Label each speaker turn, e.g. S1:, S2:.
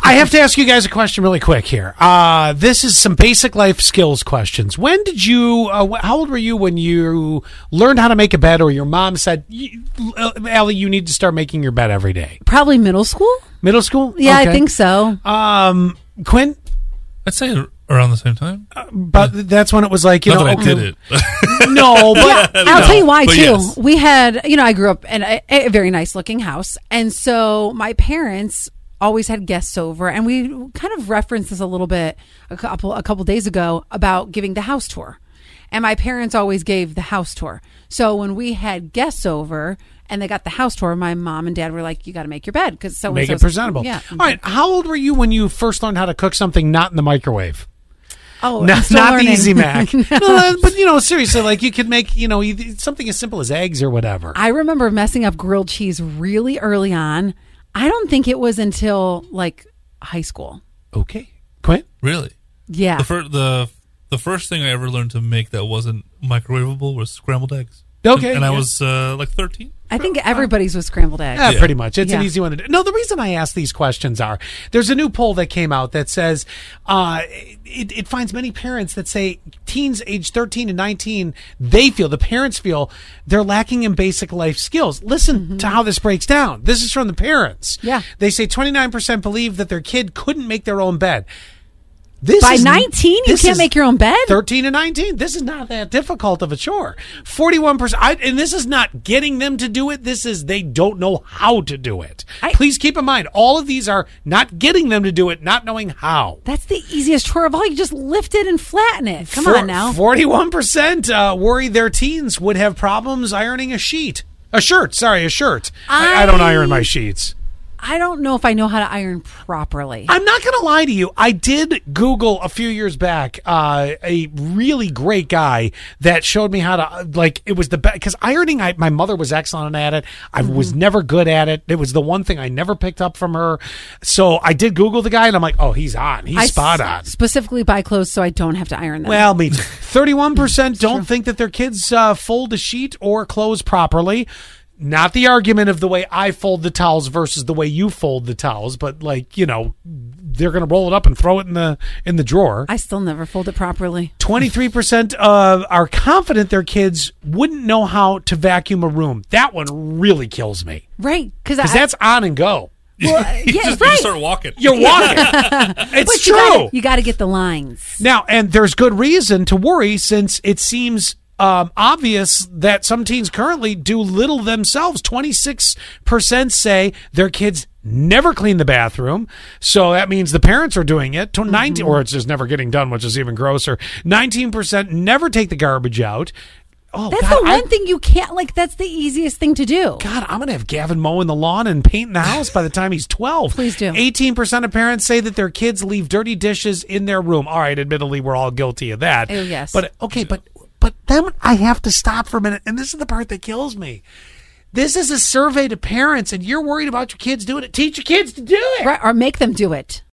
S1: I have to ask you guys a question really quick here. Uh, this is some basic life skills questions. When did you? Uh, wh- how old were you when you learned how to make a bed, or your mom said, "You- uh, "Allie, you need to start making your bed every day"?
S2: Probably middle school.
S1: Middle school?
S2: Yeah, I
S1: Okay.
S2: think so.
S1: Um, Quinn,
S3: I'd say around the same time.
S1: but that's when it was like you
S3: Not
S1: know,
S3: that I
S1: okay,
S3: did it.
S1: No, but
S2: I'll tell you why too.
S3: but yes.
S2: We had, you know, I grew up in a, a very nice looking house, and so my parents always had guests over, and we kind of referenced this a little bit a couple a couple days ago about giving the house tour, and my parents always gave the house tour. So when we had guests over and they got the house tour, my mom and dad were like, "You got to make your bed because so
S1: make it presentable.
S2: Yeah.
S1: All right. How old were you when you first learned how to cook something not in the microwave?
S2: Oh,
S1: No,
S2: I'm still
S1: not the
S2: learning.
S1: Easy Mac. no. uh, but you know, seriously, like you could make you know either- something as simple as eggs or whatever.
S2: I remember messing up grilled cheese really early on. I don't think it was until like high school.
S1: okay, Quinn.
S3: really?
S2: Yeah.
S3: The, fir- the the first thing I ever learned to make that wasn't microwavable was scrambled eggs.
S1: Okay,
S3: And, and I
S1: yeah.
S3: was uh, like 13.
S2: I think everybody's was scrambled eggs.
S1: Yeah, pretty much. It's an
S2: Yeah.
S1: easy one to do. No, the reason I ask these questions are there's a new poll that came out that says uh, it, it finds many parents that say teens age 13 and 19, they feel, the parents feel, they're lacking in basic life skills. Listen to how this breaks down. This is from the parents.
S2: Mm-hmm. Yeah.
S1: They say 29% believe that their kid couldn't make their own bed. This
S2: By
S1: is-
S2: 19, you
S1: this
S2: can't
S1: is-
S2: make your own bed?
S1: 13 and 19. This is not that difficult of a chore. 41%. I, and this is not getting them to do it. This is they don't know how to do it.
S2: I-
S1: Please keep in mind, all of these are not getting them to do it, not knowing how.
S2: That's the easiest chore of all. You just lift it and flatten it. Come on now.
S1: Forty-one percent uh, worry their teens would have problems ironing a sheet, a shirt. Sorry, a shirt. I, I don't
S2: I-
S1: iron my sheets.
S2: I don't know if I know how to iron properly.
S1: I'm not going to lie to you. I did Google a few years back uh, a really great guy that showed me how to uh, like it was the best because ironing. I, my mother was excellent at it. I
S2: Mm-hmm.
S1: was never good at it. It was the one thing I never picked up from her. So I did Google the guy, and I'm like, oh, he's on. He's
S2: I
S1: spot
S2: s-
S1: on.
S2: Specifically buy clothes so I don't have to iron them.
S1: Well, me too. Thirty-one percent don't think that their kids uh, fold a sheet or clothes properly. Not the argument of the way I fold the towels versus the way you fold the towels, but like you know, they're gonna roll it up and throw it in the in the drawer.
S2: I still never fold it properly.
S1: Twenty-three percent of are confident their kids wouldn't know how to vacuum a room. That one really kills me
S2: Right. Because
S1: because that's on and go.
S2: Well,
S3: you,
S2: yeah,
S3: just, you
S2: right.
S3: just start walking.
S1: You're walking. it's
S2: But
S1: true.
S2: you gotta- You got to get the lines.
S1: Now, and there's good reason to worry since it seems um, obvious that some teens currently do little themselves. 26% say their kids never clean the bathroom. So that means the parents are doing it. To
S2: Mm-hmm.
S1: 19, Or it's just never getting done, which is even grosser. 19% never take the garbage out. Oh,
S2: That's
S1: God,
S2: the one
S1: I-
S2: thing you can't, like, that's the easiest thing to do.
S1: God, I'm going to have Gavin mowing the lawn and painting the house by the time he's 12.
S2: Please do.
S1: 18% of parents say that their kids leave dirty dishes in their room. All right, admittedly, we're all guilty of that.
S2: Oh, yes.
S1: But, okay, but, but then I have to stop for a minute. And this is the part that kills me. This is a survey to parents, and you're worried about your kids doing it. Teach your kids to do it.
S2: Right, or make them do it.